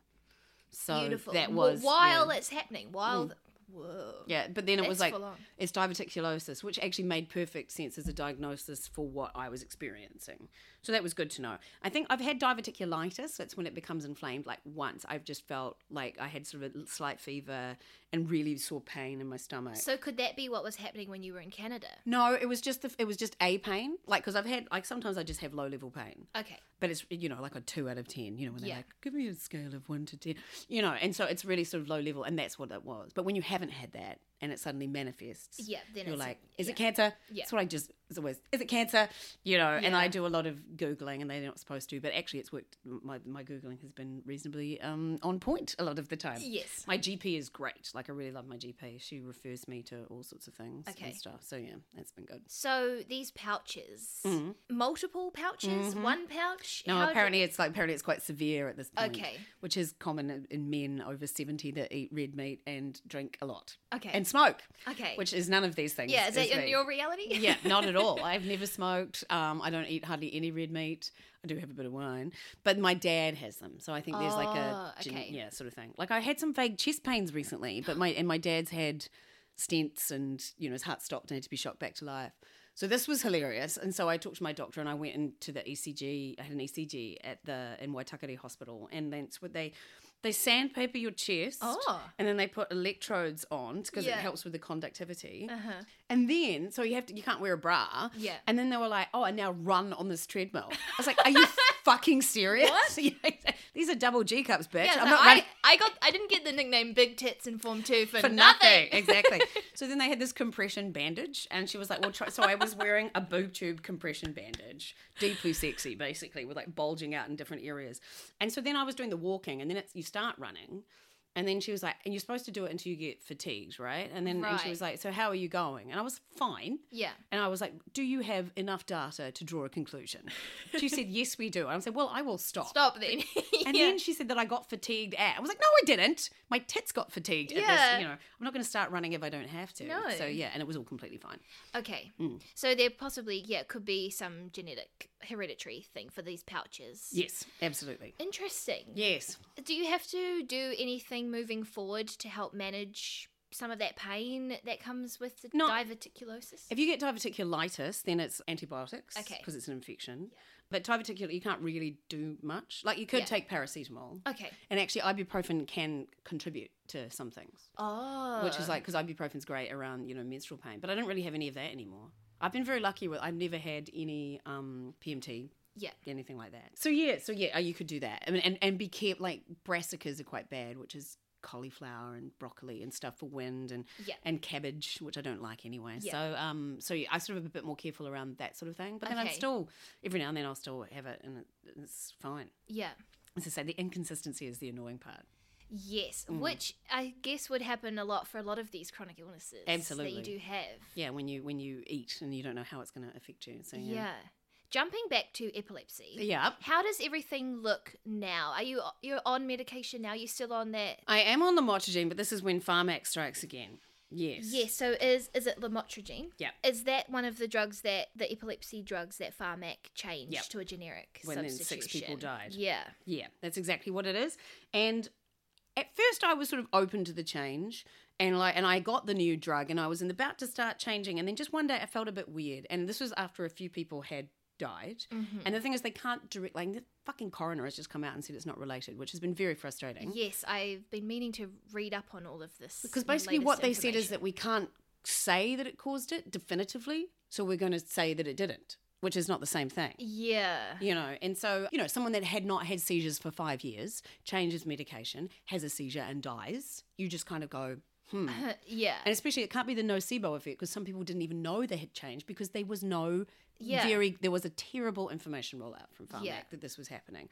So
Beautiful.
that
Well,
was
while
yeah.
it's happening, while. th- Whoa.
Yeah, but then it was
That's
like
full on.
it's diverticulosis, which actually made perfect sense as a diagnosis for what I was experiencing. So that was good to know. I think I've had diverticulitis. That's when it becomes inflamed. Like once, I've just felt like I had sort of a slight fever and really sore pain in my stomach.
So, could that be what was happening when you were in Canada?
No, it was just the, it was just a pain. Like because I've had like sometimes I just have low level pain,
Okay.
but it's you know like a two out of ten. You know when they're
Yeah.
like, give me a scale of one to ten. You know, and so it's really sort of low level, and that's what it was. But when you haven't had that and it suddenly manifests,
Yeah, then
you're
it's a-
like, is it cancer?
Yeah.
That's what I just it's always is it cancer? You know, and I
Yeah.
do a lot of googling, and they're not supposed to, but actually it's worked. My my googling has been reasonably um, on point a lot of the time.
Yes.
My GP is great. Like I really love my GP. She refers me to all sorts of things
Okay.
and stuff. So yeah, that's been good.
So these pouches, multiple pouches, one pouch.
Mm. Mm-hmm. No,
How do-
apparently it's like apparently it's quite severe at this point.
Okay.
Which is common in- in men over seventy that eat red meat and drink a lot.
Okay.
And smoke.
okay.
Which is none of these things.
yeah, is that [LAUGHS]
me.
in your reality?
Yeah, not at all. I've never smoked. Um, I don't eat hardly any red meat. I do have a bit of wine, but my dad has them, so I think there's like a
Oh,
gen-
okay.
yeah sort of thing. Like I had some vague chest pains recently, but my and my dad's had stents and you know his heart stopped and had to be shot back to life. So this was hilarious, and so I talked to my doctor, and I went into the ECG. I had an ECG at the in Waitakere Hospital, and that's what they they sandpaper your chest,
Oh.
and then they put electrodes on because
Yeah.
it helps with the conductivity.
Uh-huh.
And then, so you have to, you can't wear a bra.
Yeah.
And then they were like, oh, I now run on this treadmill. I was like,
[LAUGHS]
are you fucking serious? [LAUGHS] Yeah, These are double G cups, bitch.
Yeah, so
I'm not
I,
running
I got I didn't get the nickname Big Tits in Form Two for,
for nothing.
nothing.
[LAUGHS] exactly. So then they had this compression bandage, and she was like, well, try. so I was wearing a boob tube compression bandage, deeply sexy, basically, with like bulging out in different areas. And so then I was doing the walking, and then it's, you start running. And then she was like, and you're supposed to do it until you get fatigued, right? And then and she
Right.
was like, so how are you going? And I was fine.
Yeah.
And I was like, Do you have enough data to draw a conclusion? She said, Yes, we do. And I said, Well, I will stop.
Stop then. [LAUGHS]
And
yeah.
then she said that I got fatigued at. I was like, No, I didn't. My tits got fatigued at
Yeah.
this. You know, I'm not going to start running if I don't have to.
No.
So, yeah, and it was all completely fine.
Okay.
Mm.
So there possibly yeah could be some genetic hereditary thing for these pouches.
Yes, absolutely.
Interesting.
Yes.
Do you have to do anything moving forward to help manage some of that pain that comes with the
Not-
diverticulosis?
If you get diverticulitis, then it's antibiotics.
Okay.
Because it's an infection. But diverticulitis, you can't really do much. Like, you could
Yeah.
take paracetamol.
Okay.
And actually, ibuprofen can contribute to some things.
Oh.
which is like because ibuprofen's great around you know menstrual pain, but I don't really have any of that anymore. I've been very lucky with I've never had any um, PMT,
yeah.
anything like that. So yeah, so yeah, oh, you could do that. I mean, and and be careful. Like brassicas are quite bad, which is cauliflower and broccoli and stuff for wind and
Oh, Yeah.
and cabbage, which I don't like anyway.
Yeah.
So um, so yeah, I sort of a bit more careful around that sort of thing. But then I'm
Okay.
still every now and then I'll still have it, and it, it's fine.
Yeah.
As I say, the inconsistency is the annoying part.
Yes,
Mm.
which I guess would happen a lot for a lot of these chronic illnesses that
Absolutely.
you do have.
Yeah, when you when you eat and you don't know how it's going to affect you. So
Yeah. Jumping back to epilepsy.
Yeah.
How does everything look now? Are you you're on medication now? You're still on that?
I am on lamotrigine, but this is when Pharmac strikes again. Yes.
Yes. So is is it lamotrigine?
Yep.
Is that one of the drugs that the epilepsy drugs that Pharmac changed
Yep.
to a generic
When then
substitution?
six people died.
Yeah.
Yeah, that's exactly what it is. And at first I was sort of open to the change and like and I got the new drug and I was in about to start changing and then just one day I felt a bit weird and this was after a few people had died.
Mm-hmm.
And the thing is they can't direct like the fucking coroner has just come out and said it's not related, which has been very frustrating.
Yes, I've been meaning to read up on all of this
Because
the
basically,
latest
what they said
information.
is that we can't say that it caused it definitively, so we're going to say that it didn't, which is not the same thing.
Yeah.
You know, and so, you know, someone that had not had seizures for five years changes medication, has a seizure, and dies, you just kind of go, hmm.
Uh-huh. [LAUGHS] yeah.
And especially, it can't be the nocebo effect because some people didn't even know they had changed because there was no
Yeah.
very, there was a terrible information rollout from Pharmac
Yeah.
that this was happening.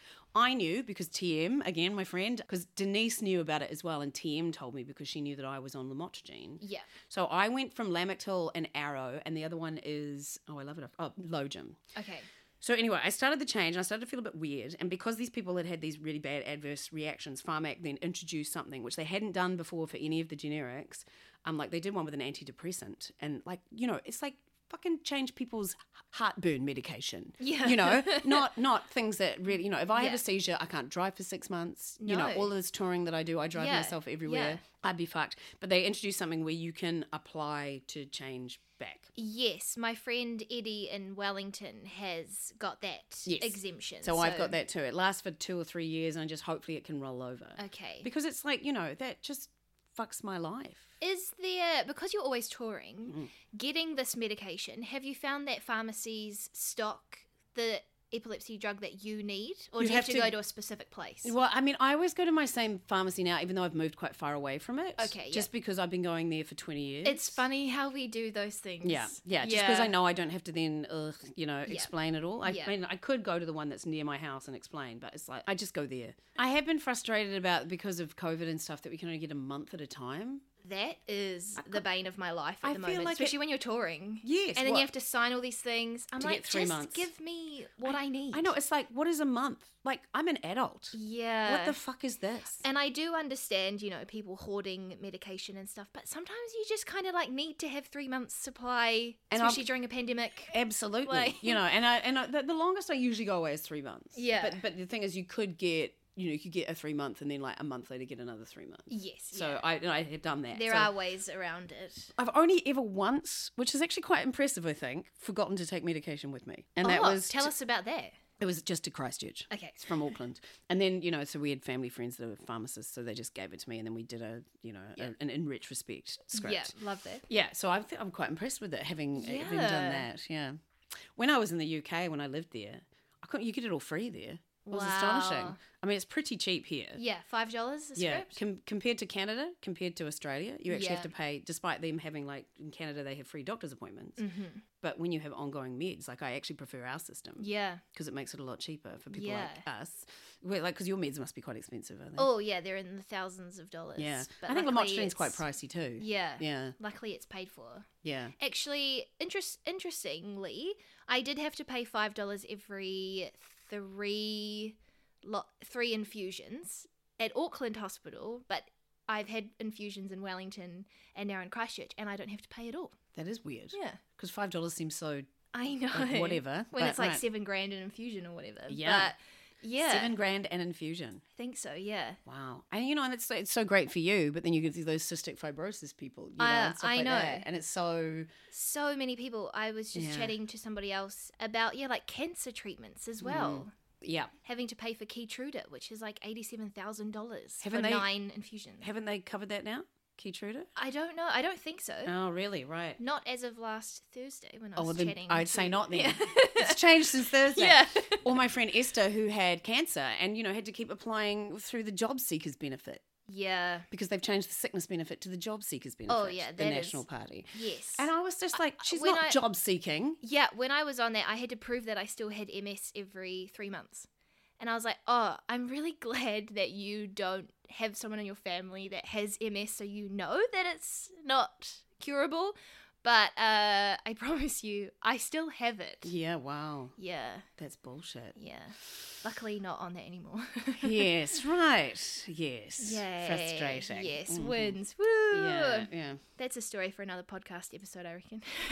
I knew because TM, again, my friend, because Denise knew about it as well, and TM told me because she knew that I was on lamotrigine.
Yeah.
So I went from Lamictal and Arrow, and the other one is, oh, I love it. Oh, Logim.
Okay.
So anyway, I started the change and I started to feel a bit weird. And because these people had had these really bad adverse reactions, Pharmac then introduced something which they hadn't done before for any of the generics. Um, like they did one with an antidepressant, and like you know, it's like fucking change people's heartburn medication.
Yeah. [LAUGHS]
you know, not not things that really you know. If I have
Yeah.
a seizure, I can't drive for six months. You know,
No.
all of this touring that I do, I drive
Yeah.
myself everywhere. I'd be fucked. But they introduced something where you can apply to change back.
Yes, my friend Eddie in Wellington has got that
Yes.
exemption.
So, I've got that too. It lasts for two or three years, and just hopefully it can roll over.
Okay.
Because it's like you know that just fucks my life.
Is there because you're always touring,
Mm-hmm.
getting this medication? Have you found that pharmacies stock the epilepsy drug that you need, or
You
do you have
have
to,
to-
go to a specific place?
Well, I mean, I always go to my same pharmacy now, even though I've moved quite far away from it.
Okay,
Just because I've been going there for twenty years.
It's funny how we do those things.
Yeah, yeah. Just because I know I don't have to then, ugh, you know, explain it all. I
Yeah.
mean, I could go to the one that's near my house and explain, but it's like I just go there. I have been frustrated about because of COVID and stuff that we can only get a month at a time.
that is the bane of my life at
I
the
feel
moment,
like it-
especially when you're touring.
Yes,
and then
what-
you have to sign all these things. I'm
To
like,
get three
just
months."
give me what I, need.
I know. It's like, what is a month? Like, I'm an adult.
Yeah.
What the fuck is this?
Uh, And I do understand, you know, people hoarding medication and stuff, but sometimes you just kind of like need to have three months supply,
And I've-
especially during a pandemic.
Absolutely.
Like-
you know, and I and I, the, the longest I usually go away is three months.
Yeah.
But but the thing is, you could get you know you could get a three month and then like a month later get another three months.
Yes.
So
yeah.
I and I have done that.
there
So
are ways around it.
I've only ever once, which is actually quite impressive, I think, forgotten to take medication with me, and that
Oh,
was
tell us about that.
It was just to Christchurch.
Okay.
It's from Auckland. And then, you know, so we had family friends that were pharmacists, so they just gave it to me and then we did a, you know, a- an in retrospect script. Yeah.
Yeah, love that.
so I think I'm quite impressed with it having, uh, having done
Yeah.
that. Yeah. When I was in the UK, when I lived there, I couldn't, you could get it all free there. It was astonishing.
Wow.
I mean, it's pretty cheap here.
Yeah, five dollars a
Yeah,
script.
com- compared to Canada, compared to Australia, you actually have
Yeah.
to pay, despite them having like in Canada, they have free doctor's appointments.
Mm. Mm-hmm.
But when you have ongoing meds, like I actually prefer our system
Yeah.
because it makes it a lot cheaper for people like
Yeah.
us. We're like, because your meds must be quite expensive, aren't they?
Oh yeah, they're in the thousands of dollars.
yeah.
but
I think
luckily
lamotrigine is quite
it's-
pricey too.
Yeah.
Yeah.
Luckily, it's paid for.
Yeah.
Actually, interest interestingly, I did have to pay five dollars every three lo- three infusions at Auckland Hospital, but I've had infusions in Wellington and now in Christchurch, and I don't have to pay at all.
That is weird.
Yeah,
Because $5 seems so.
I know. [LAUGHS]
Like, whatever,
When
but
it's like
right.
seven grand an infusion or whatever.
Yeah.
But yeah,
Seven grand and infusion.
I think so. Yeah.
Wow. And you know, and it's, it's so great for you, but then you get those cystic fibrosis people. You know,
Uh,
and stuff
I
like
know.
that, And it's so.
so many people. I was just
Yeah.
chatting to somebody else about yeah, like cancer treatments as well.
Yeah.
Having to pay for Keytruda, which is like eighty-seven thousand dollars for
Haven't they-
nine infusions.
Haven't they covered that now? Keytruda?
I don't know. I don't think so.
Oh, really?
[LAUGHS]
Right.
Not as of last Thursday when I
Oh,
was
well, then
chatting.
I'd
to-
say not then.
Yeah. [LAUGHS]
it's changed since Thursday.
Yeah.
or my friend Esther, who had cancer and, you know, had to keep applying through the job seekers benefit
yeah.
because they've changed the sickness benefit to the job seekers benefit.
Oh, yeah,
The
that
National
is-
Party.
Yes.
And I was just like, she's
when
not
I-
job seeking.
yeah. When I was on there, I had to prove that I still had MS every three months, and I was like, "Oh, I'm really [LAUGHS] glad that you don't have someone in your family that has MS, so you know that it's not curable." But uh, I [LAUGHS] promise you, I still have it.
Yeah, wow.
Yeah.
That's bullshit.
Yeah. Luckily, not on there anymore. [LAUGHS]
yes, right. Yes.
Yay.
Frustrating.
Yes,
Mhm.
wins. Woo!
Yeah, yeah.
That's a story for another podcast episode, I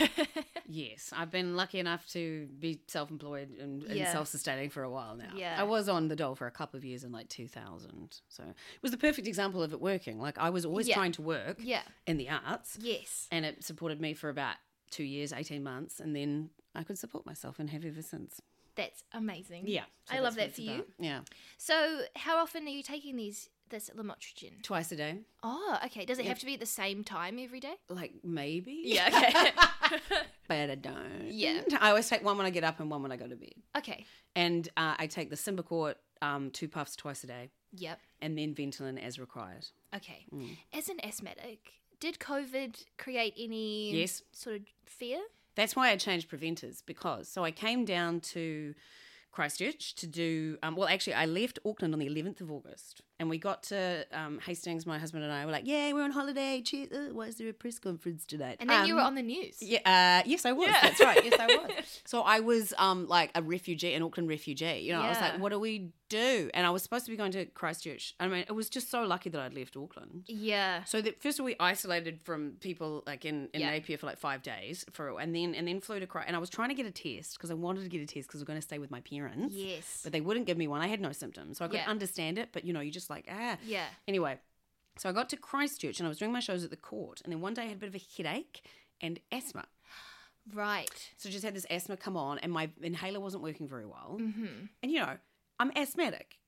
[LAUGHS]
reckon.
Yes, I've been lucky enough to be self-employed and, and
Yeah.
self-sustaining for a while now.
Yeah.
I was on the dole for a couple of years in like 2000, so it was the perfect example of it working. Like I was always
Yeah.
trying to work
yeah.
in the arts,
Yes.
and it supported me for about two years, 18 months, and then I could support myself and have ever since.
That's amazing.
Yeah,
I love
that's
that
what
for
it's Yeah,
So, how often are you taking these this lamotrigine?
twice a day,
Oh, okay. Does it
Yeah.
have to be at the same time every day?
like maybe.
[LAUGHS]
[LAUGHS]
Okay.
but I don't.
Yeah.
[LAUGHS] I always take one when I get up and one when I go to bed,
okay.
and uh, I take the Simbacort um, two puffs twice a day.
Yep.
and then Ventolin as required.
Okay.
Mm.
As an asthmatic, did COVID create any
Yes.
sort of fear?
That's why I changed preventers because so I came down to Christchurch to do um, well. Actually, I left Auckland on the eleventh of August, and we got to um, Hastings. My husband and I were like, "Yeah, we're on holiday. Cheers. Uh, why is there a press conference tonight?"
And then you were
Um,
on the news.
Yeah, uh, yes, I was.
Yeah.
That's right. Yes, I was. so I was um like a refugee, an Auckland refugee. You know, I was like,
Yeah.
"What do we do?" And I was supposed to be going to Christchurch. I mean, it was just so lucky that I'd left Auckland.
Yeah.
So that first of all, we isolated from people like in, in
Yeah.
Napier for like five days for, and then and then flew to Cry. And I was trying to get a test because I wanted to get a test because we're going to stay with my parents.
Yes.
But they wouldn't give me one. I had no symptoms, so I could
Yeah.
understand it. But you know, you're just like ah.
yeah.
Anyway, so I got to Christchurch and I was doing my shows at the court, and then one day I had a bit of a headache and asthma.
Right.
So just had this asthma come on, and my inhaler wasn't working very well. [LAUGHS]
Mhm.
And you know, I'm asthmatic.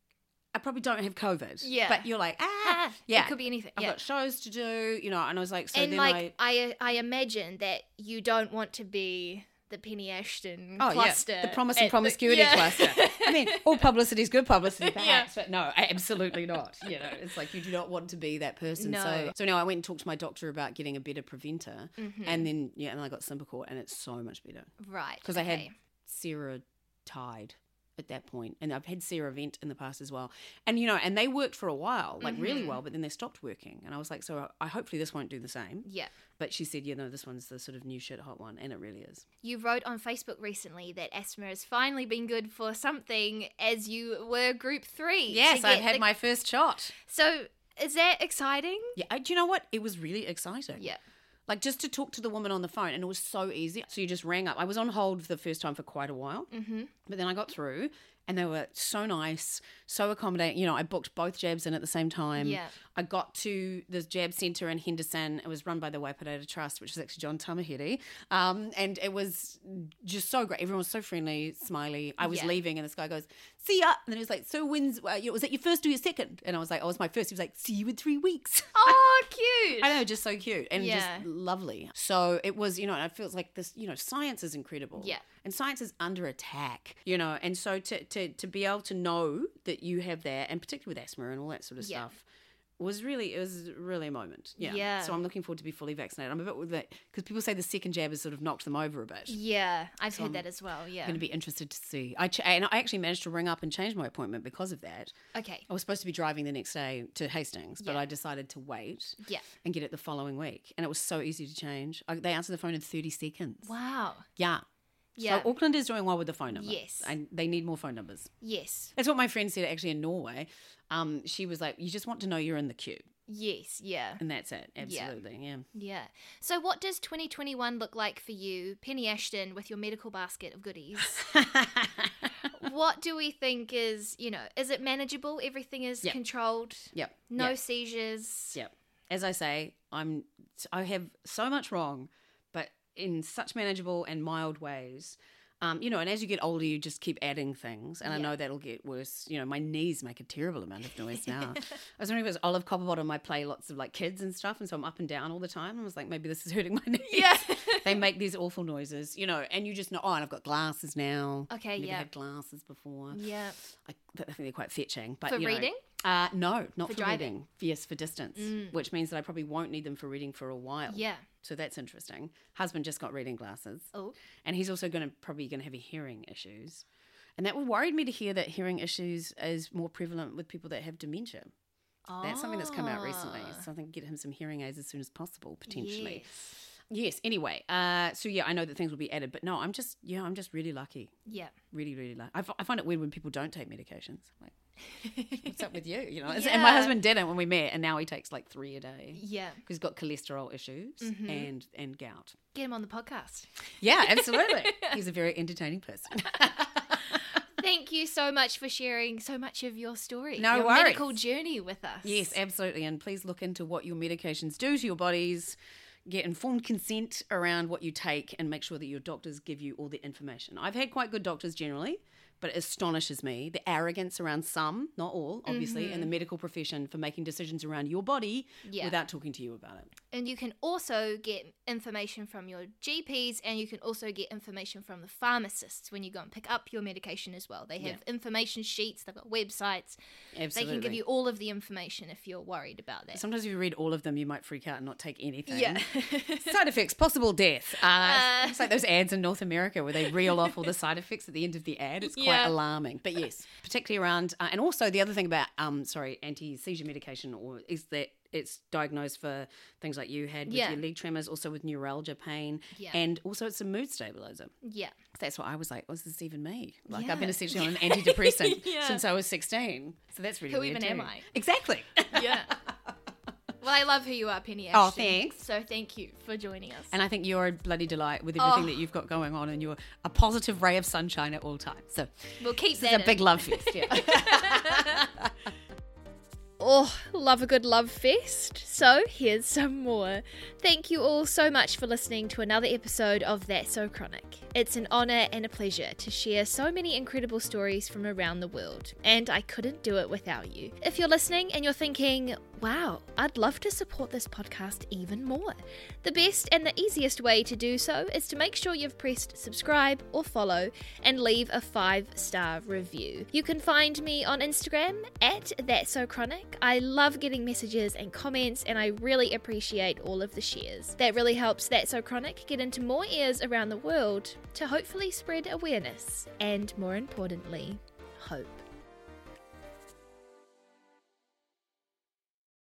I probably don't have COVID.
Yeah.
But you're like ah,
Ah,
yeah.
It could be anything.
I've
yeah.
got shows to do, you know, and I was like, so
and
then
like I... I imagine that you don't want to be the Penny Ashton
I, oh
cluster.
yeah, the promise
at
and promiscuity
yeah.
cluster.
[LAUGHS]
I mean, oh, all publicity is good publicity, perhaps,
Yeah.
but no, I- absolutely not. You know, it's like you do not want to be that person. So,
No.
so now I went and talked to my doctor about getting a better preventer,
Mhm.
and then yeah, and I got Symbicort, and it's so much better
right
because I had
okay.
serotide. at that point. And I've had Sarah Vent in the past as well. And, you know, and they worked for a while, like really
Mm-hmm.
well, but then they stopped working. And I was like, so I hopefully this won't do the same.
Yeah.
But she said, you know, this one's the sort of new shit hot one. And it really is.
You wrote on Facebook recently that asthma has finally been good for something as you were group three. to
Yes, I've
get
had
the-
my first shot.
So is that exciting?
Yeah. I- Do you know what? It was really exciting.
Yeah.
Like just to talk to the woman on the phone, and it was so easy. So you just rang up. I was on hold for the first time for quite a while, mm-hmm. but then I got through, and they were so nice, so accommodating. You know, I booked both jabs in at the same time.
Yeah.
I got to the jab centre in Henderson. It was run by the Waiparaira Trust, which is actually John Tamahiri, um, and it was just so great. Everyone was so friendly, smiley. I was
Yeah.
leaving, and this guy goes, "See ya," and then he was like, "So when's uh, you know, was that your first or your second? And I was like, "Oh, it's my first. He was like, "See you in three weeks." [LAUGHS]
Oh, cute.
I know, just so cute and
Yeah.
just lovely. So it was, you know, and it feels like this, you know, science is incredible.
Yeah.
And science is under attack, you know, and so to, to, to be able to know that you have that, and particularly with asthma and all that sort of
Yeah.
stuff, was really, it was really a moment. Yeah.
Yeah.
So I'm looking forward to be fully vaccinated. I'm a bit with that because people say the second jab has sort of knocked them over a bit.
Yeah, I've heard
I'm
that as well. Yeah.
I'm going to be interested to see. I ch- and I actually managed to ring up and change my appointment because of that.
Okay.
I was supposed to be driving the next day to Hastings, but
Yeah.
I decided to wait
Yeah.
and get it the following week. And it was so easy to change. I, they answered the phone in 30 seconds.
Wow.
Yeah.
Yeah.
So Auckland is doing well with the phone number.
Yes.
And they need more phone numbers.
Yes.
That's what my friend said actually in Norway. Um, she was like, you just want to know you're in the queue.
Yes. Yeah.
And that's it. Absolutely. Yeah.
Yeah. So, what does 2021 look like for you, Penny Ashton, with your medical basket of goodies?
[LAUGHS]
what do we think is, you know, is it manageable? Everything is
Yep.
controlled.
Yep.
No
Yep.
seizures.
Yep. As I say, I'm I have so much wrong, but in such manageable and mild ways. Um, you know, and as you get older, you just keep adding things, and I
Yeah.
know that'll get worse. You know, my knees make a terrible amount
[LAUGHS]
of noise now. I was wondering if it was Olive Copperbottom. I play lots of like kids and stuff, and so I'm up and down all the time. I was like, maybe this is hurting my [LAUGHS] knees.
Yeah.
they make these awful noises, you know, and you just know. Oh, and I've got glasses now.
Okay,
Never
yeah.
had glasses before.
Yeah.
I, I think they're quite fetching. But
For
you know-
reading?
uh, no, not
For
for,
driving? Mm.
reading. Yes, for distance, which means that I probably won't need them for reading for a while.
Yeah.
So that's interesting. Husband just got reading glasses,
Oh.
and he's also going to probably going to have hearing issues, and that worried me to hear that hearing issues is more prevalent with people that have dementia. That's something that's come out recently.
Ah.
So I think get him some hearing aids as soon as possible, potentially.
Yes.
Yes. anyway, uh, so yeah, I know that things will be added, but no, I'm just yeah, I'm just really lucky,
Yeah.
really, really lucky. I fi- I find it weird when people don't take medications. Like, [LAUGHS] what's up with you? You know, and
Yeah.
my husband didn't when we met, and now he takes like three a day.
[LAUGHS] Yeah.
He's got cholesterol issues
Mm-hmm.
and and gout.
Get him on the podcast.
Yeah,
[LAUGHS]
absolutely. He's a very entertaining person.
Thank you so much for sharing so much of your story,
No
your
worries.
medical journey with us.
yes, absolutely. And please look into what your medications do to your bodies. Get informed consent around what you take, and make sure that your doctors give you all the information. I've had quite good doctors generally, but it astonishes me the arrogance around some, not all, obviously, in the medical profession for making decisions around your body
Mm-hmm. Yeah.
without talking to you about it.
And you can also get information from your GPs and you can also get information from the pharmacists when you go and pick up your medication as well. They have information sheets, they've got websites. They
Absolutely.
can give you all of the information if you're worried about that.
Sometimes if you read all of them, you might freak out and not take anything.
Yeah.
[LAUGHS] side effects, possible death. Uh, it's like those ads in North America where they reel off all the side effects at the end of the ad. It's quite
Yeah.
alarming. But yes, particularly around, uh, and also the other thing about, um, sorry, anti seizure medication, or is that it's diagnosed for things like you had with
Yeah.
your leg tremors, also with neuralgia pain,
Yeah.
and also it's a mood stabilizer.
yeah.
That's what I was like. Was this even me? Like I've
Yeah.
been
[LAUGHS]
essentially on an antidepressant
Yeah.
since I was sixteen. So that's really
Who
weird
even am
too.
I?
Exactly.
Yeah. well, I love who you are, Penny Ashton.
Oh, thanks.
So thank you for joining us.
And I think you're a bloody delight with everything
Oh.
that you've got going on, and you're a positive ray of sunshine at all times. So
we'll keep
this
that
is a
in.
big love fest. Yeah.
Oh, love a good love fest. So here's some more. Thank you all so much for listening to another episode of That's So Chronic. It's an honour and a pleasure to share so many incredible stories from around the world, and I couldn't do it without you. If you're listening and you're thinking, Wow, I'd love to support this podcast even more. The best and the easiest way to do so is to make sure you've pressed subscribe or follow and leave a five star review. You can find me on Instagram at That's So Chronic. I love getting messages and comments, and I really appreciate all of the shares. That really helps That's So Chronic get into more ears around the world to hopefully spread awareness and, more importantly, hope.